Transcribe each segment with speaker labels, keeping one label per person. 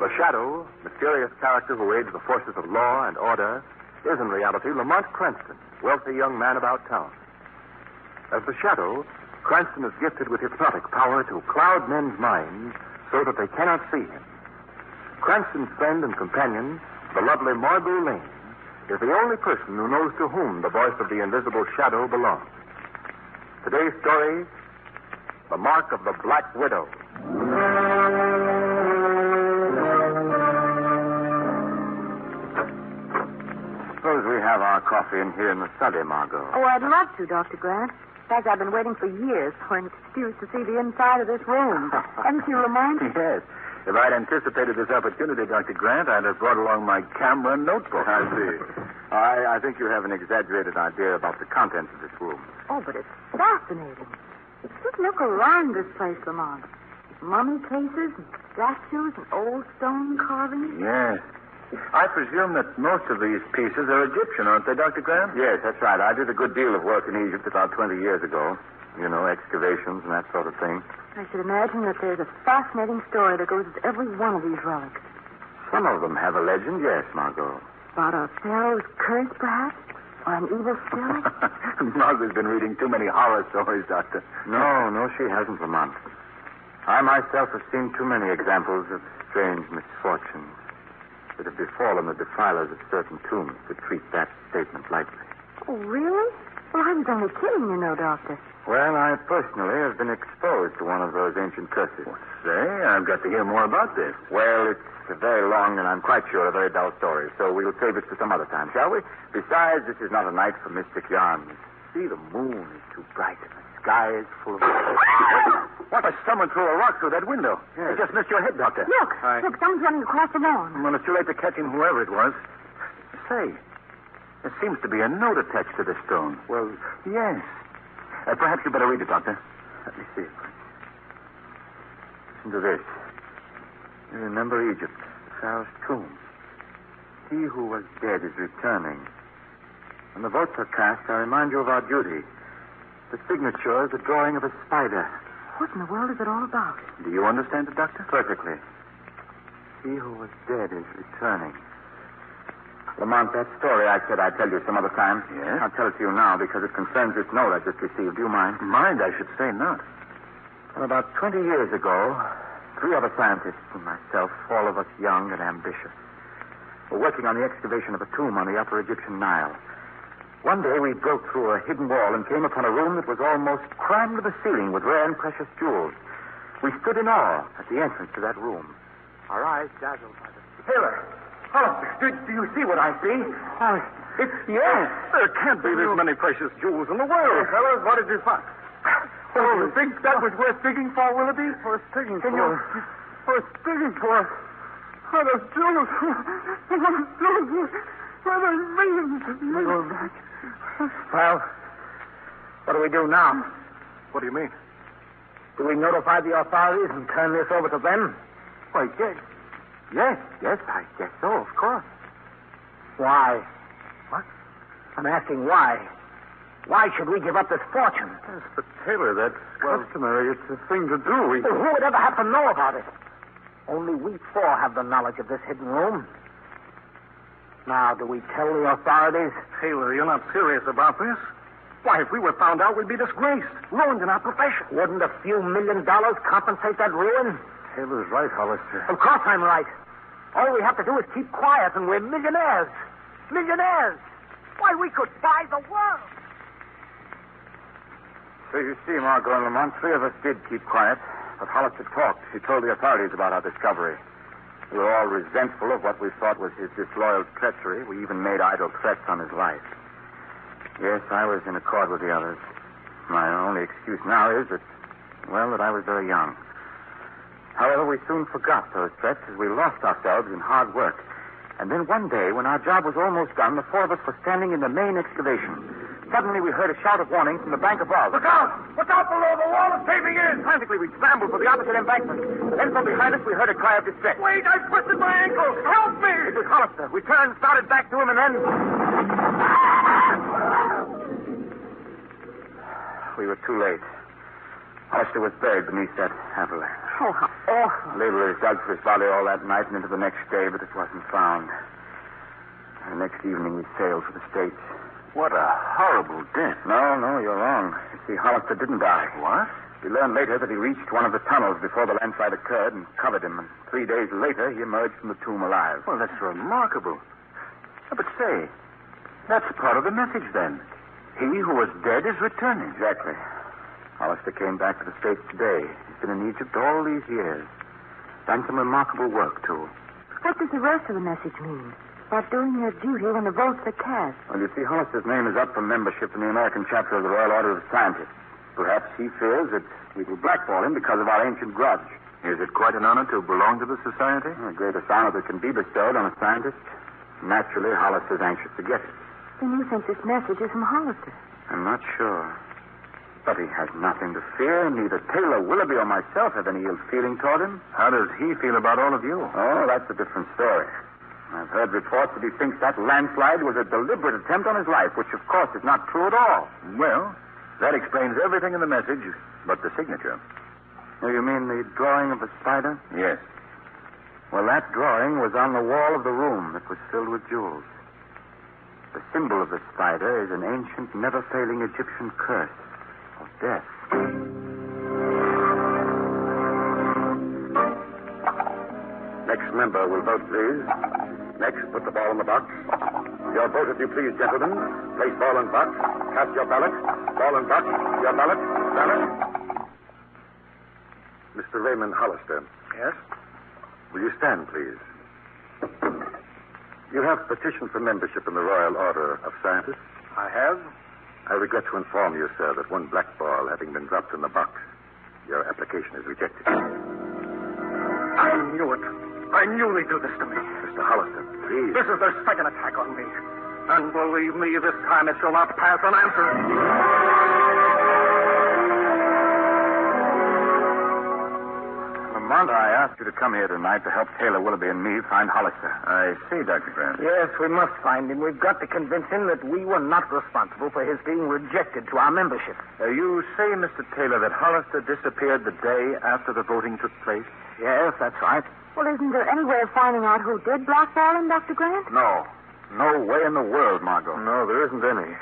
Speaker 1: The shadow, mysterious character who aids the forces of law and order, is in reality Lamont Cranston, wealthy young man about town. As the shadow, Cranston is gifted with hypnotic power to cloud men's minds so that they cannot see him. Cranston's friend and companion, the lovely Margot Lane, is the only person who knows to whom the voice of the invisible shadow belongs. Today's story The Mark of the Black Widow. Suppose we have our coffee in here in the study, Margot.
Speaker 2: Oh, I'd love to, Dr. Grant. In fact, I've been waiting for years for an excuse to see the inside of this room. But haven't you reminded me?
Speaker 1: Yes. If I'd anticipated this opportunity, Dr. Grant, I'd have brought along my camera and notebook. I see. I, I think you have an exaggerated idea about the contents of this room.
Speaker 2: Oh, but it's fascinating. Just look around this place, Lamont. Mummy cases and statues and old stone carvings.
Speaker 1: Yes. I presume that most of these pieces are Egyptian, aren't they, Dr. Grant? Yes, that's right. I did a good deal of work in Egypt about 20 years ago. You know, excavations and that sort of thing.
Speaker 2: I should imagine that there's a fascinating story that goes with every one of these relics.
Speaker 1: Some of them have a legend, yes, Margot.
Speaker 2: About a pharaoh's curse, perhaps? Or an evil spirit?
Speaker 1: Margaret's been reading too many horror stories, Doctor. No, no, she hasn't, Lamont. I myself have seen too many examples of strange misfortunes that have befallen the defilers of certain tombs to treat that statement lightly.
Speaker 2: oh, really? Well, I was only kidding, you know, Doctor.
Speaker 1: Well, I personally have been exposed to one of those ancient curses. say, I've got to hear more about this. Well, it's very long, and I'm quite sure a very dull story, so we'll save it for some other time, shall we? Besides, this is not a night for mystic yarns. See, the moon is too bright, and the sky is full of... what? Someone threw a rock through that window. Yes. just missed your head, Doctor.
Speaker 2: Look,
Speaker 1: I-
Speaker 2: look, someone's running across the lawn.
Speaker 1: Well, it's too late to catch him, whoever it was. Say, there seems to be a note attached to this stone. Well, yes. Uh, perhaps you'd better read it, Doctor. Let me see. Listen to this. Remember Egypt, Pharaoh's tomb. He who was dead is returning. When the votes are cast, I remind you of our duty. The signature is the drawing of a spider.
Speaker 2: What in the world is it all about?
Speaker 1: Do you understand it, Doctor? Perfectly. He who was dead is returning. Lamont, that story I said I'd tell you some other time. Yes? I'll tell it to you now because it concerns this note I just received. Do you mind? Mind? I should say not. Well, about 20 years ago, three other scientists and myself, all of us young and ambitious, were working on the excavation of a tomb on the upper Egyptian Nile. One day we broke through a hidden wall and came upon a room that was almost crammed to the ceiling with rare and precious jewels. We stood in awe at the entrance to that room, our eyes dazzled by the. Taylor! Oh, do, do you see what I see? Uh, it's yes. There can't be this many precious jewels in the world. fellows, what did you find? Oh, you think that was worth digging for, Willoughby? Worth digging Can for? You, worth digging for? What a jewels! What a jewels! What a millions! Well, what do we do now? What do you mean? Do we notify the authorities and turn this over to them? Why, yes. Yes, yes, I guess so, of course. Why? What? I'm asking why. Why should we give up this fortune? Yes, but Taylor, that's customary. It's a thing to do. We...
Speaker 3: Well, who would ever have to know about it? Only we four have the knowledge of this hidden room. Now, do we tell the authorities?
Speaker 1: Taylor, you're not serious about this? Why, if we were found out, we'd be disgraced, ruined in our profession.
Speaker 3: Wouldn't a few million dollars compensate that ruin?
Speaker 1: Taylor's right, Hollister.
Speaker 3: Of course I'm right. All we have to do is keep quiet, and we're millionaires. Millionaires! Why, we could buy the world!
Speaker 1: So you see, Margot and Lamont, three of us did keep quiet, but Hollister talked. He told the authorities about our discovery. We were all resentful of what we thought was his disloyal treachery. We even made idle threats on his life. Yes, I was in accord with the others. My only excuse now is that, well, that I was very young. However, we soon forgot those threats as we lost ourselves in hard work. And then one day, when our job was almost done, the four of us were standing in the main excavation. Suddenly, we heard a shout of warning from the bank above. Look out! Look out below! The wall is caving in! Frantically, we scrambled for the opposite embankment. Then, from behind us, we heard a cry of distress. Wait! I've twisted my ankle! Help me! It was Hollister. We turned, started back to him, and then. were too late. Hester was buried beneath that avalanche.
Speaker 2: Oh, how awful.
Speaker 1: Laborers dug for his body all that night and into the next day, but it wasn't found. The next evening, we sailed for the States.
Speaker 4: What a horrible death.
Speaker 1: No, no, you're wrong. You see, Hollister didn't die.
Speaker 4: What?
Speaker 1: We learned later that he reached one of the tunnels before the landslide occurred and covered him. And three days later, he emerged from the tomb alive.
Speaker 4: Well, that's remarkable. Oh, But say, that's part of the message then. He who was dead is returning.
Speaker 1: Exactly. Hollister came back to the States today. He's been in Egypt all these years. Done some remarkable work, too.
Speaker 2: What does the rest of the message mean? About doing your duty when the votes are cast.
Speaker 1: Well, you see, Hollister's name is up for membership in the American chapter of the Royal Order of Scientists. Perhaps he fears that we will blackball him because of our ancient grudge.
Speaker 4: Is it quite an honor to belong to the society?
Speaker 1: The greatest honor that can be bestowed on a scientist. Naturally, Hollister's anxious to get it.
Speaker 2: Then you think this message is from Hollister.
Speaker 1: I'm not sure. But he has nothing to fear. Neither Taylor, Willoughby, or myself have any ill feeling toward him.
Speaker 4: How does he feel about all of you?
Speaker 1: Oh, that's a different story. I've heard reports that he thinks that landslide was a deliberate attempt on his life, which, of course, is not true at all.
Speaker 4: Well, that explains everything in the message, but the signature.
Speaker 1: Oh, you mean the drawing of the spider?
Speaker 4: Yes.
Speaker 1: Well, that drawing was on the wall of the room that was filled with jewels. The symbol of the spider is an ancient, never failing Egyptian curse of death.
Speaker 5: Next member will vote, please. Next, put the ball in the box. Your vote, if you please, gentlemen. Place ball in box. Cast your ballot. Ball in box. Your ballot. Ballot. Mr. Raymond Hollister.
Speaker 3: Yes?
Speaker 5: Will you stand, please? You have petitioned for membership in the Royal Order of Scientists.
Speaker 3: I have.
Speaker 5: I regret to inform you, sir, that one black ball having been dropped in the box, your application is rejected.
Speaker 3: I knew it. I knew they'd do this to me.
Speaker 5: Mr. Hollister, please.
Speaker 3: This is their second attack on me. And believe me, this time it shall not pass unanswered.
Speaker 1: Lamont, I asked you to come here tonight to help Taylor Willoughby and me find Hollister.
Speaker 4: I see, Dr. Grant.
Speaker 3: Yes, we must find him. We've got to convince him that we were not responsible for his being rejected to our membership.
Speaker 4: Uh, you say, Mr. Taylor, that Hollister disappeared the day after the voting took place?
Speaker 3: Yes, that's right.
Speaker 2: Well, isn't there any way of finding out who did blackball him, Dr. Grant?
Speaker 1: No. No way in the world, Margot.
Speaker 4: Oh, No, there isn't any.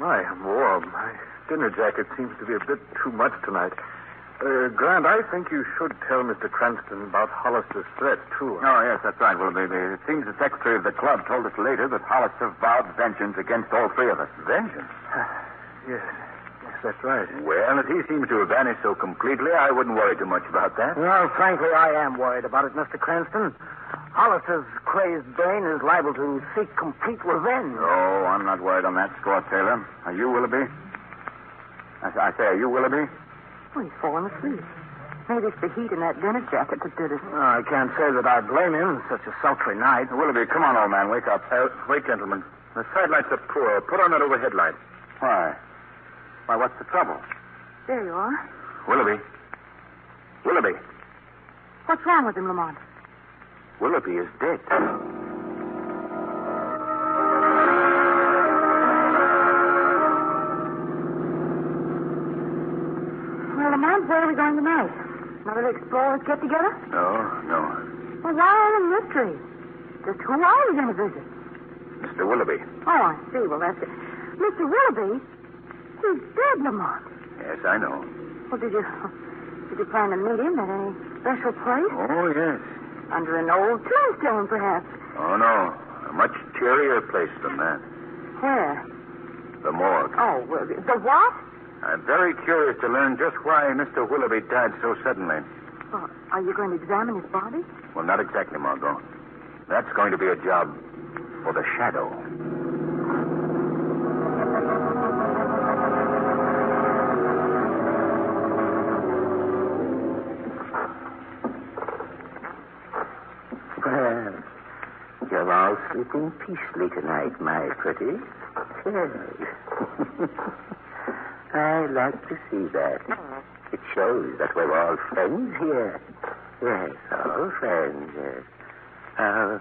Speaker 4: My, I'm warm. My dinner jacket seems to be a bit too much tonight. Uh, Grant, I think you should tell Mr. Cranston about Hollister's threat, too.
Speaker 1: Oh, yes, that's right, Willoughby. The- It seems the secretary of the club told us later that Hollister vowed vengeance against all three of us.
Speaker 4: Vengeance?
Speaker 3: Yes. Yes, that's right.
Speaker 4: Well, if he seems to have vanished so completely, I wouldn't worry too much about that.
Speaker 3: Well, frankly, I am worried about it, Mr. Cranston. Hollister's crazed brain is liable to seek complete revenge.
Speaker 1: Oh, I'm not worried on that score, Taylor. Are you, Willoughby? I, I say, are you, Willoughby?
Speaker 2: Well, he's fallen asleep. Maybe it's the heat in that dinner jacket that did it.
Speaker 3: Well, I can't say that I blame him. Such a sultry night.
Speaker 1: Willoughby, come on, old man, wake up.
Speaker 4: Uh, wait, gentlemen. The side lights are poor. Put on that overhead light.
Speaker 1: Why? Why, what's the trouble?
Speaker 2: There you are.
Speaker 4: Willoughby. Willoughby.
Speaker 2: What's wrong with him, Lamont?
Speaker 4: Willoughby is dead.
Speaker 2: Well, Lamont, where are we going tonight? Another explorers get together?
Speaker 4: No, no.
Speaker 2: Well, why all the mystery? Just who are we going to visit?
Speaker 4: Mr. Willoughby.
Speaker 2: Oh, I see. Well, that's it. Mr. Willoughby? He's dead, Lamont.
Speaker 4: Yes, I know.
Speaker 2: Well, did you did you plan to meet him at any special place?
Speaker 4: Oh, yes.
Speaker 2: Under an old tombstone, perhaps.
Speaker 4: Oh, no. A much cheerier place than that.
Speaker 2: Where?
Speaker 4: The morgue.
Speaker 2: Oh, well, the the what?
Speaker 4: I'm very curious to learn just why Mr. Willoughby died so suddenly.
Speaker 2: Well, are you going to examine his body?
Speaker 4: Well, not exactly, Margot. That's going to be a job for the shadow.
Speaker 6: Well, you're all sleeping peacefully tonight, my pretty. Yes. I like to see that. It shows that we're all friends here. Yes, all friends, yes. Uh,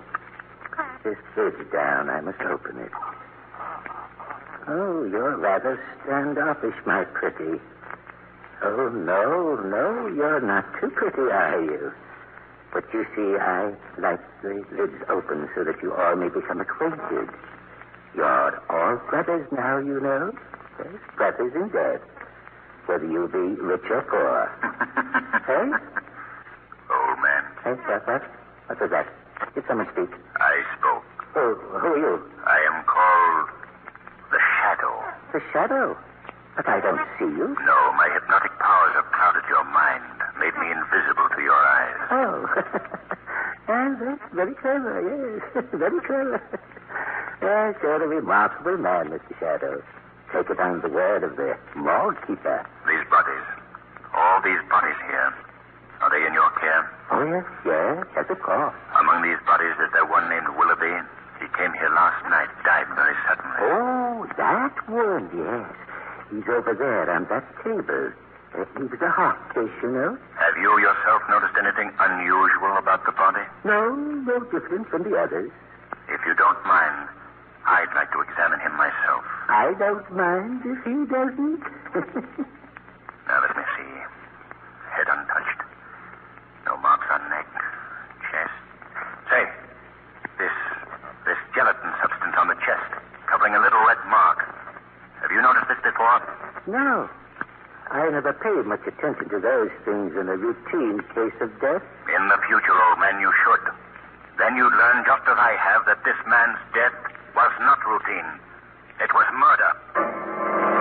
Speaker 6: this lid down. I must open it.
Speaker 1: Oh, you're rather standoffish, my pretty. Oh, no, no, you're not too pretty, are you? But you see, I like the lids open so that you all may become acquainted. You're all brothers now, you know. Yes, brothers in debt. Whether you be rich or poor. hey?
Speaker 7: Old man,
Speaker 1: Hey, what, what? What was that? Did someone speak?
Speaker 7: I spoke.
Speaker 1: Oh, who are you?
Speaker 7: I am called the Shadow.
Speaker 1: The shadow. But I don't see you.
Speaker 7: No, my hypnotic powers have clouded your mind, made me invisible to your eyes.
Speaker 1: Oh. yes, that's very clever, yes. very clever. Yes, you're a remarkable man, Mr. Shadow. Take it on the word of the morgue keeper.
Speaker 7: These bodies, all these bodies here, are they in your care?
Speaker 1: Oh, yes, yes, yes, of course.
Speaker 7: Among these bodies is there one named Willoughby. He came here last night, died very suddenly.
Speaker 1: Oh, that one, yes. He's over there on that table. Uh, he was a heart case, you know.
Speaker 7: Have you yourself noticed anything unusual about the body?
Speaker 1: No, no different from the others.
Speaker 7: If you don't mind, I'd like to examine him myself.
Speaker 1: I don't mind if he doesn't.
Speaker 7: Now let me see. Head untouched. No marks on neck, chest. Say, this this gelatin substance on the chest, covering a little red mark. Have you noticed this before?
Speaker 1: No. I never pay much attention to those things in a routine case of death.
Speaker 7: In the future, old man, you should. Then you'd learn, just as I have, that this man's death was not routine. It was murder.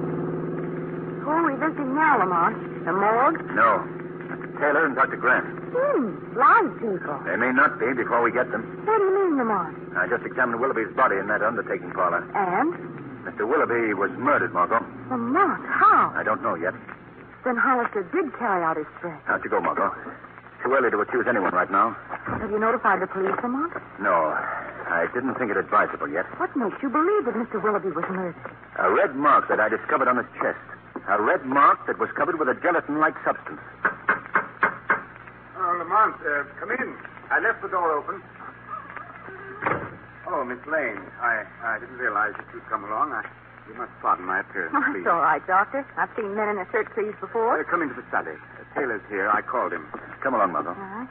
Speaker 2: Who are we visiting now, Lamont? The morgue?
Speaker 4: No. Mr. Taylor and Dr. Grant.
Speaker 2: Hmm, live people.
Speaker 4: They may not be before we get them.
Speaker 2: What do you mean, Lamont?
Speaker 4: I just examined Willoughby's body in that undertaking parlor.
Speaker 2: And?
Speaker 4: Mr. Willoughby was murdered, Margot.
Speaker 2: Lamont, how?
Speaker 4: I don't know yet.
Speaker 2: Then Hollister did carry out his threat.
Speaker 4: How'd you go, Margot? Too early to accuse anyone right now.
Speaker 2: Have you notified the police, Lamont?
Speaker 4: No, I didn't think it advisable yet.
Speaker 2: What makes you believe that Mr. Willoughby was murdered?
Speaker 4: A red mark that I discovered on his chest. A red mark that was covered with a gelatin-like substance.
Speaker 8: Oh, Lamont, uh, come in. I left the door open. Oh, Miss Lane, I, I didn't realize that you'd come along. I, you must pardon my appearance,
Speaker 2: Oh,
Speaker 8: please.
Speaker 2: it's all right, Doctor. I've seen men in a shirt sleeves before.
Speaker 8: Uh, come into the study. Uh, Taylor's here. I called him.
Speaker 4: Come along, Margot.
Speaker 2: All right.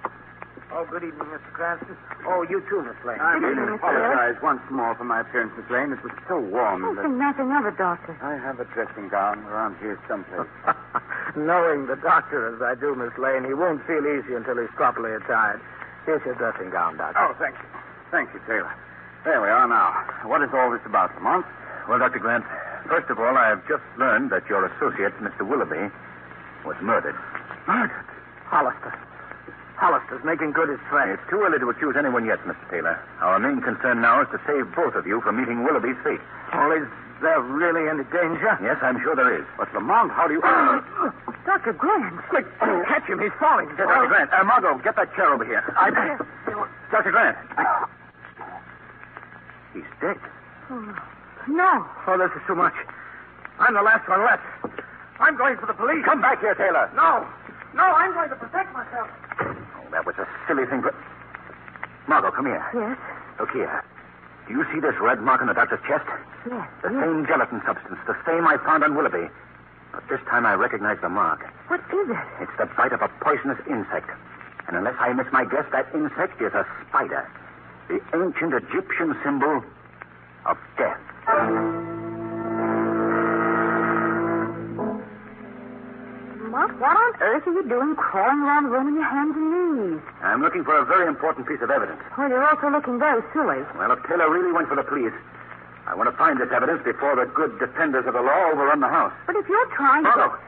Speaker 3: Oh, good evening, Mr. Cranston. Oh, you too, Miss Lane.
Speaker 8: I
Speaker 2: Good evening, Mr.
Speaker 8: apologize once more for my appearance, Miss Lane. It was so
Speaker 1: mm,
Speaker 8: warm
Speaker 3: Oh,
Speaker 2: Don't
Speaker 8: that
Speaker 2: think nothing of it, Doctor.
Speaker 8: I have a dressing gown around here someplace.
Speaker 3: Oh, Knowing the doctor as I do, Miss Lane, he won't feel easy until he's properly attired. Here's your dressing gown, Doctor.
Speaker 8: Oh, thank you. Thank you, Taylor. There we are now. What is all this about, Lamont?
Speaker 4: Well, Dr. Grant, first of all, I have just learned that your associate, Mr. Willoughby, was murdered. Murdered?
Speaker 3: Hollister. Hollister's making good his threat.
Speaker 4: It's too early to accuse anyone yet, Mr. Taylor. Our main concern now is to save both of you from meeting Willoughby's fate.
Speaker 3: Oh, is there really any danger?
Speaker 4: Yes, I'm sure there is.
Speaker 8: But, Lamont, how do you...
Speaker 2: Dr. Grant.
Speaker 3: Quick, catch him. He's falling. Oh.
Speaker 4: Dr. Grant, uh, Margot, get that chair over here. I... Dr. Grant. He's dead.
Speaker 2: No.
Speaker 3: Oh, this is too much. I'm the last one left. I'm going for the police.
Speaker 4: Come back here, Taylor.
Speaker 3: No. No, I'm going to protect myself.
Speaker 4: Oh, that was a silly thing. But... Margot, come here.
Speaker 2: Yes,
Speaker 4: Look here. Do you see this red mark on the doctor's chest?
Speaker 2: yes.
Speaker 4: The same gelatin substance, the same I found on Willoughby. But this time I recognize the mark.
Speaker 2: What is it?
Speaker 4: It's the bite of a poisonous insect. And unless I miss my guess, that insect is a spider. The ancient Egyptian symbol of death.
Speaker 2: What, what on earth are you doing crawling around the room on your hands and knees?
Speaker 4: I'm looking for a very important piece of evidence.
Speaker 2: Well, you're also looking very silly.
Speaker 4: Well, if Taylor really went for the police, I want to find this evidence before the good defenders of the law overrun the house.
Speaker 2: But if you're trying
Speaker 4: Margot,
Speaker 2: to...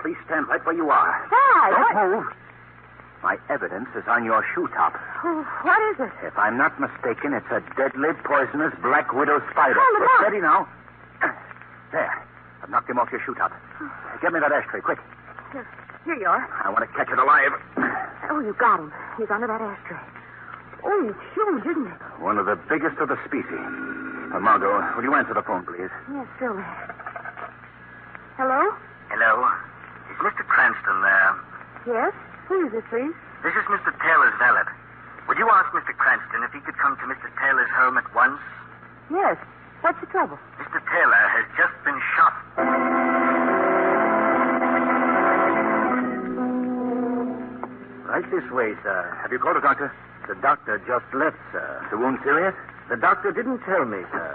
Speaker 4: please stand right where you are.
Speaker 2: Why?
Speaker 4: Don't
Speaker 2: What,
Speaker 4: move. My evidence is on your shoe top.
Speaker 2: oh, what is it?
Speaker 4: If I'm not mistaken, it's a deadly, poisonous black widow spider.
Speaker 2: Hold him
Speaker 4: Look
Speaker 2: up.
Speaker 4: steady now. There. I've knocked him off your shoe top. Get me that ashtray, quick.
Speaker 2: Here you are.
Speaker 4: I want to catch it alive.
Speaker 2: Oh, you got him. He's under that ashtray. Oh, it's huge, isn't it?
Speaker 1: One of the biggest of the species. Uh, Margot, will you answer the phone, please?
Speaker 2: Yes, surely. Hello?
Speaker 4: Hello. Is Mr. Cranston there?
Speaker 2: Yes? Who is it, please?
Speaker 4: This is Mr. Taylor's valet. Would you ask Mr. Cranston if he could come to Mr. Taylor's home at once?
Speaker 2: Yes. What's the trouble?
Speaker 4: Mr. Taylor has just been shot.
Speaker 3: Right this way, sir.
Speaker 1: Have you called a doctor?
Speaker 3: The doctor just left, sir.
Speaker 1: The wound serious?
Speaker 3: The doctor didn't tell me, sir.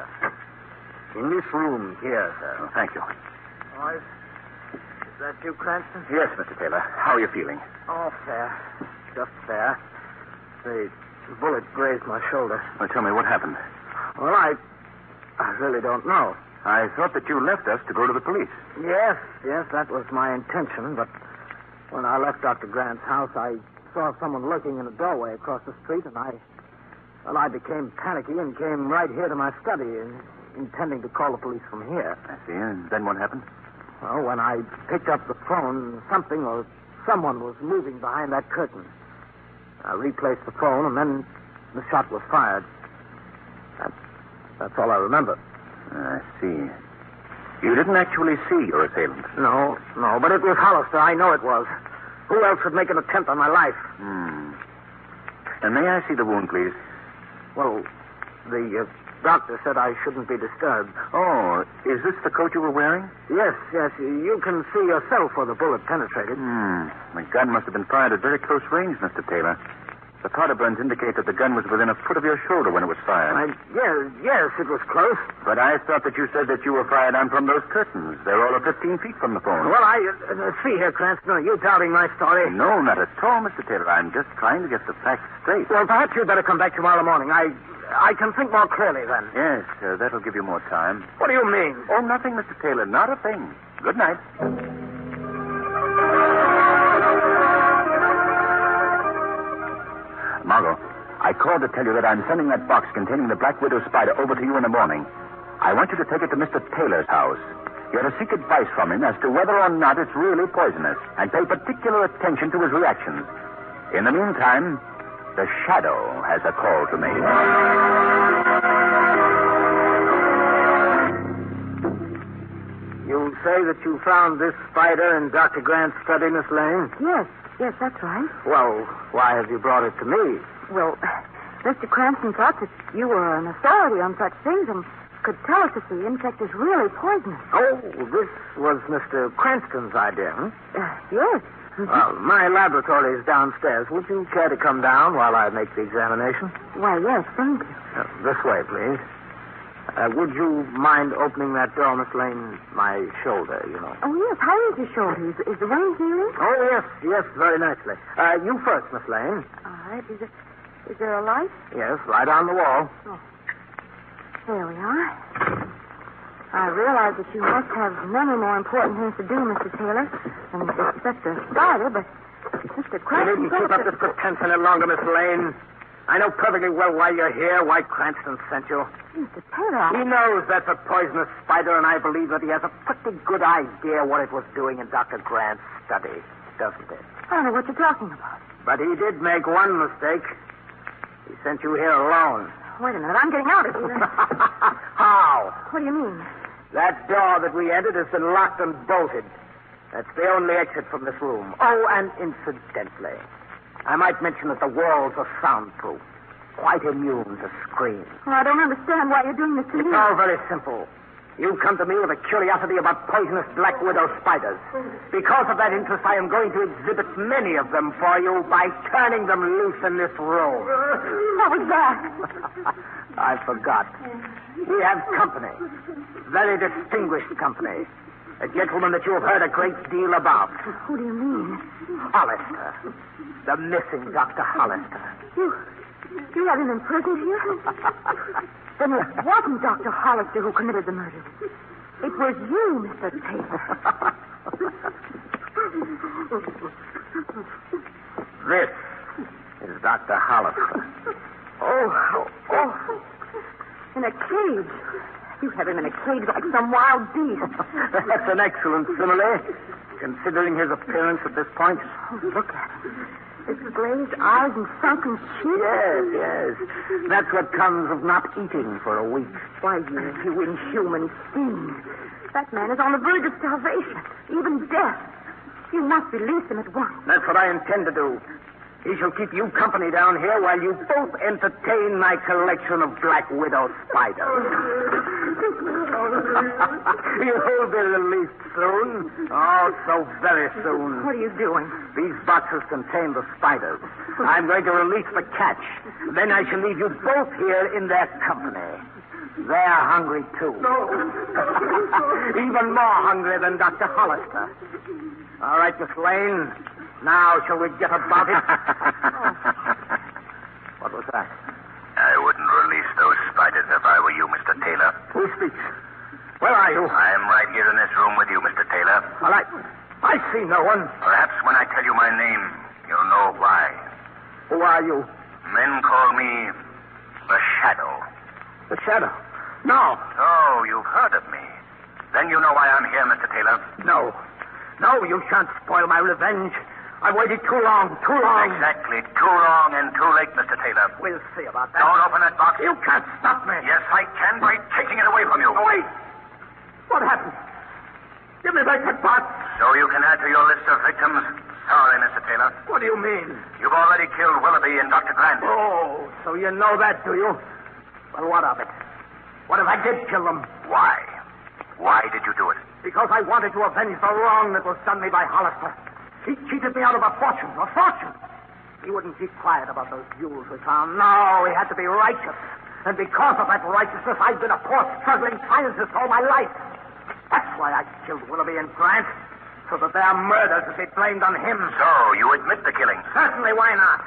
Speaker 3: In this room here, sir.
Speaker 1: Oh, thank you.
Speaker 3: All right. Is that you, Cranston?
Speaker 1: Yes, Mr. Taylor. How are you feeling?
Speaker 3: Oh, fair. Just fair. The bullet grazed my shoulder.
Speaker 1: Well, tell me, what happened?
Speaker 3: Well, I. I really don't know.
Speaker 1: I thought that you left us to go to the police.
Speaker 3: Yes, yes, that was my intention, but when I left Dr. Grant's house, I saw someone lurking in a doorway across the street, and I. Well, I became panicky and came right here to my study, in, intending to call the police from here.
Speaker 1: I see. And then what happened?
Speaker 3: Well, when I picked up the phone, something or someone was moving behind that curtain. I replaced the phone, and then the shot was fired. That, that's all I remember.
Speaker 1: I see. You didn't actually see your assailant.
Speaker 3: No, no, but it was Hollister. I know it was. Who else would make an attempt on my life?
Speaker 1: Hmm. And may I see the wound, please?
Speaker 3: Well, the uh, doctor said I shouldn't be disturbed.
Speaker 1: Oh, is this the coat you were wearing?
Speaker 3: Yes, yes, you can see yourself where the bullet penetrated.
Speaker 1: Hmm. The gun must have been fired at very close range, Mr. Taylor. The powder burns indicate that the gun was within a foot of your shoulder when it was fired.
Speaker 3: I, yes, yes, it was close.
Speaker 1: But I thought that you said that you were fired on from those curtains. They're all of 15 feet from the phone.
Speaker 3: Well, I uh, uh, see here, Cranston. Are you doubting my story?
Speaker 1: No, not at all, Mr. Taylor. I'm just trying to get the facts straight.
Speaker 3: Well, perhaps you'd better come back tomorrow morning. I, I can think more clearly then.
Speaker 1: Yes, uh, that'll give you more time.
Speaker 3: What do you mean?
Speaker 1: Oh, nothing, Mr. Taylor. Not a thing. Good night. Margot, I called to tell you that I'm sending that box containing the Black Widow spider over to you in the morning. I want you to take it to Mr. Taylor's house. You're to seek advice from him as to whether or not it's really poisonous and pay particular attention to his reactions. In the meantime, the shadow has a call to make.
Speaker 3: You say that you found this spider in Dr. Grant's study, Miss Lane?
Speaker 2: Yes, yes, that's right.
Speaker 3: Well, why have you brought it to me?
Speaker 2: Well, Mr. Cranston thought that you were an authority on such things and could tell us if the insect is really poisonous.
Speaker 3: Oh, this was Mr. Cranston's idea, hmm?
Speaker 2: Uh, yes.
Speaker 3: Well, my laboratory is downstairs. Would you care to come down while I make the examination?
Speaker 2: Why, yes, thank you.
Speaker 3: Uh, this way, please. Uh, would you mind opening that door, Miss Lane? My shoulder, you know.
Speaker 2: Oh, yes. How is your shoulder? Is, is the wound healing?
Speaker 3: Oh, yes, yes, very nicely. Uh, you first, Miss Lane.
Speaker 2: All right. Is, it, is there a light?
Speaker 3: Yes, right on the wall.
Speaker 2: Oh. There we are. I realize that you must have many more important things to do, Mr. Taylor, than inspect a spider, but Mr.
Speaker 3: You
Speaker 2: Cranston...
Speaker 3: needn't keep up this pretense any longer, Miss Lane. I know perfectly well why you're here, why Cranston sent you.
Speaker 2: Mr. Taylor, I-
Speaker 3: He knows that's a poisonous spider, and I believe that he has a pretty good idea what it was doing in Dr. Grant's study, doesn't it?
Speaker 2: I don't know what you're talking about.
Speaker 3: But he did make one mistake. He sent you here alone.
Speaker 2: Wait a minute. I'm getting out of here.
Speaker 3: How?
Speaker 2: what do you mean?
Speaker 3: That door that we entered has been locked and bolted. That's the only exit from this room. Oh, and incidentally, I might mention that the walls are soundproof, quite immune to screams.
Speaker 2: Well, I don't understand why you're doing this to me.
Speaker 3: It's all very simple. You come to me with a curiosity about poisonous black widow spiders. Because of that interest, I am going to exhibit many of them for you by turning them loose in this room.
Speaker 2: What was that?
Speaker 3: I forgot. We have company. Very distinguished company. A gentleman that you have heard a great deal about.
Speaker 2: Who do you mean?
Speaker 3: Hollister. The missing Dr. Hollister.
Speaker 2: You, you had him imprisoned here? then it wasn't Dr. Hollister who committed the murder. It was you, Mr. Taylor.
Speaker 3: This is Dr. Hollister. Oh, how awful.
Speaker 2: In a cage. You had him in a cage like some wild beast.
Speaker 3: That's an excellent simile, considering his appearance at this point.
Speaker 2: Oh, look at him. It's glazed eyes and sunken cheeks.
Speaker 3: Yes, yes. That's what comes of not eating for a week.
Speaker 2: Why, you,
Speaker 3: You inhuman fiend.
Speaker 2: that man is on the verge of starvation, even death. You must release him at once.
Speaker 3: That's what I intend to do. He shall keep you company down here while you both entertain my collection of black widow spiders. You'll be released soon. Oh, so very soon.
Speaker 2: What are you doing?
Speaker 3: These boxes contain the spiders. I'm going to release the catch. Then I shall leave you both here in their company. They're hungry, too. Even more hungry than Dr. Hollister. All right, Miss Lane. Now, shall we get about it? what was that?
Speaker 4: I wouldn't release those spiders if I were you, Mr. Taylor.
Speaker 3: Who speaks? Where are you?
Speaker 4: I'm right here in this room with you, Mr. Taylor.
Speaker 3: All right. I see no one.
Speaker 4: Perhaps when I tell you my name, you'll know why.
Speaker 3: Who are you?
Speaker 4: Men call me the Shadow.
Speaker 3: The shadow. No,
Speaker 4: Oh, you've heard of me. Then you know why I'm here, Mr. Taylor.
Speaker 3: no. No, you shan't spoil my revenge. I waited too long, too long.
Speaker 4: Exactly. Too long and too late, Mr. Taylor.
Speaker 3: We'll see about that.
Speaker 4: Don't open that box.
Speaker 3: You can't stop me. Oh,
Speaker 4: Yes, I can by taking it away from you.
Speaker 3: Wait. What happened? Give me back that box.
Speaker 4: So you can add to your list of victims. Sorry, Mr. Taylor.
Speaker 3: What do you mean?
Speaker 4: You've already killed Willoughby and Dr. Grant.
Speaker 3: Oh, so you know that, do you? Well, what of it? What if I did kill them?
Speaker 4: Why? Why did you do it?
Speaker 3: Because I wanted to avenge the wrong that was done me by Hollister. He cheated me out of a fortune, a fortune. He wouldn't keep quiet about those jewels we found. No, he had to be righteous. And because of that righteousness, I've been a poor, struggling scientist all my life. That's why I killed Willoughby and Grant, so that their murders would be blamed on him.
Speaker 4: So you admit the killing.
Speaker 3: Certainly, why not?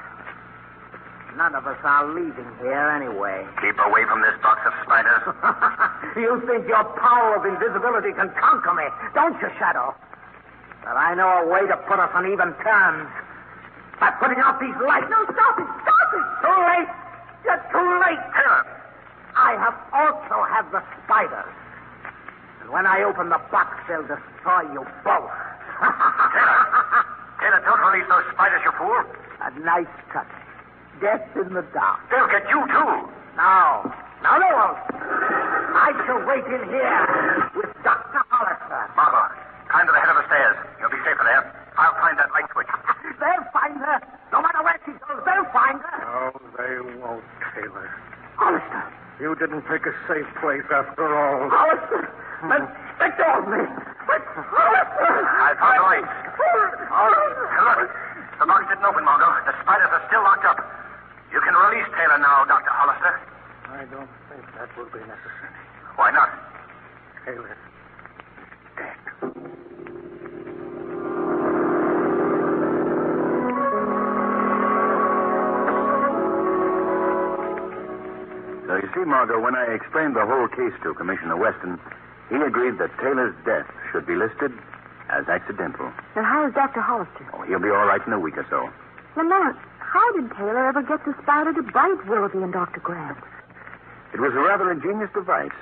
Speaker 3: None of us are leaving here anyway.
Speaker 4: Keep away from this box of spiders.
Speaker 3: you think your power of invisibility can conquer me, don't you, Shadow? But I know a way to put us on even terms. By putting out these lights. No, stop it! Stop it! Too late! You're too late! I have also have the spiders. And when I open the box, they'll destroy you both.
Speaker 4: Taylor, don't release those spiders, you fool.
Speaker 3: a nice touch. Death in the dark.
Speaker 4: They'll get you, too.
Speaker 3: No. No, they won't. I shall wait in here with Dr. Hollister.
Speaker 4: Margot, climb to the head of the stairs. You'll be safer there. I'll find that light switch.
Speaker 3: They'll find her. No matter where she goes, they'll find her.
Speaker 9: No, Oh, they won't, Taylor.
Speaker 3: Hollister.
Speaker 9: You didn't pick a safe place after all.
Speaker 3: Hollister. Let- Let go of me. Let Hollister.
Speaker 4: I found the lights. Oh, look. The box didn't open, Margot. The spiders are still locked up. You can release Taylor now, Dr. Hollister.
Speaker 9: I don't think that will be necessary.
Speaker 4: Why not?
Speaker 9: Taylor.
Speaker 1: Now, you see, Margot, when I explained the whole case to Commissioner Weston, he agreed that Taylor's death should be listed as accidental.
Speaker 2: Now, how is Dr. Hollister?
Speaker 1: Oh, he'll be all right in a week or so.
Speaker 2: Lamont, how did Taylor ever get the spider to bite Willoughby and Dr. Grant?
Speaker 1: It was a rather ingenious device.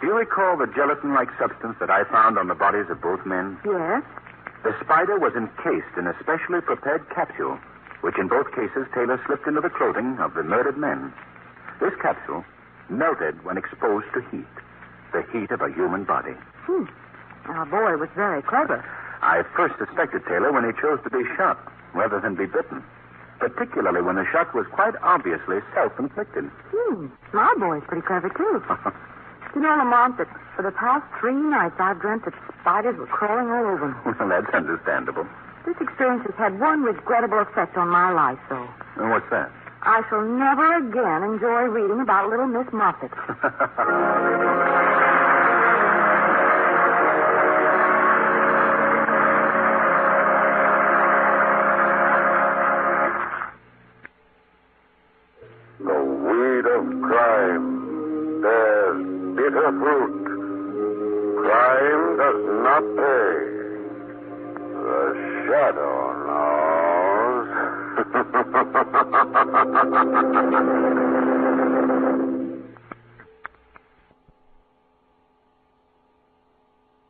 Speaker 1: Do you recall the gelatin like substance that I found on the bodies of both men?
Speaker 2: Yes.
Speaker 1: The spider was encased in a specially prepared capsule, which in both cases Taylor slipped into the clothing of the murdered men. This capsule melted when exposed to heat, the heat of a human body.
Speaker 2: Hmm. Our boy was very clever.
Speaker 1: I first suspected Taylor when he chose to be shot rather than be bitten, particularly when the shot was quite obviously self inflicted.
Speaker 2: Hmm. My boy's pretty clever, too. You know, Lamont, that for the past three nights I've dreamt that spiders were crawling all over me.
Speaker 1: well, that's understandable.
Speaker 2: This experience has had one regrettable effect on my life, though.
Speaker 1: And what's that?
Speaker 2: I shall never again enjoy reading about little Miss Muffet.
Speaker 10: The weed of crime bears bitter fruit. Crime does not pay. The shadow knows.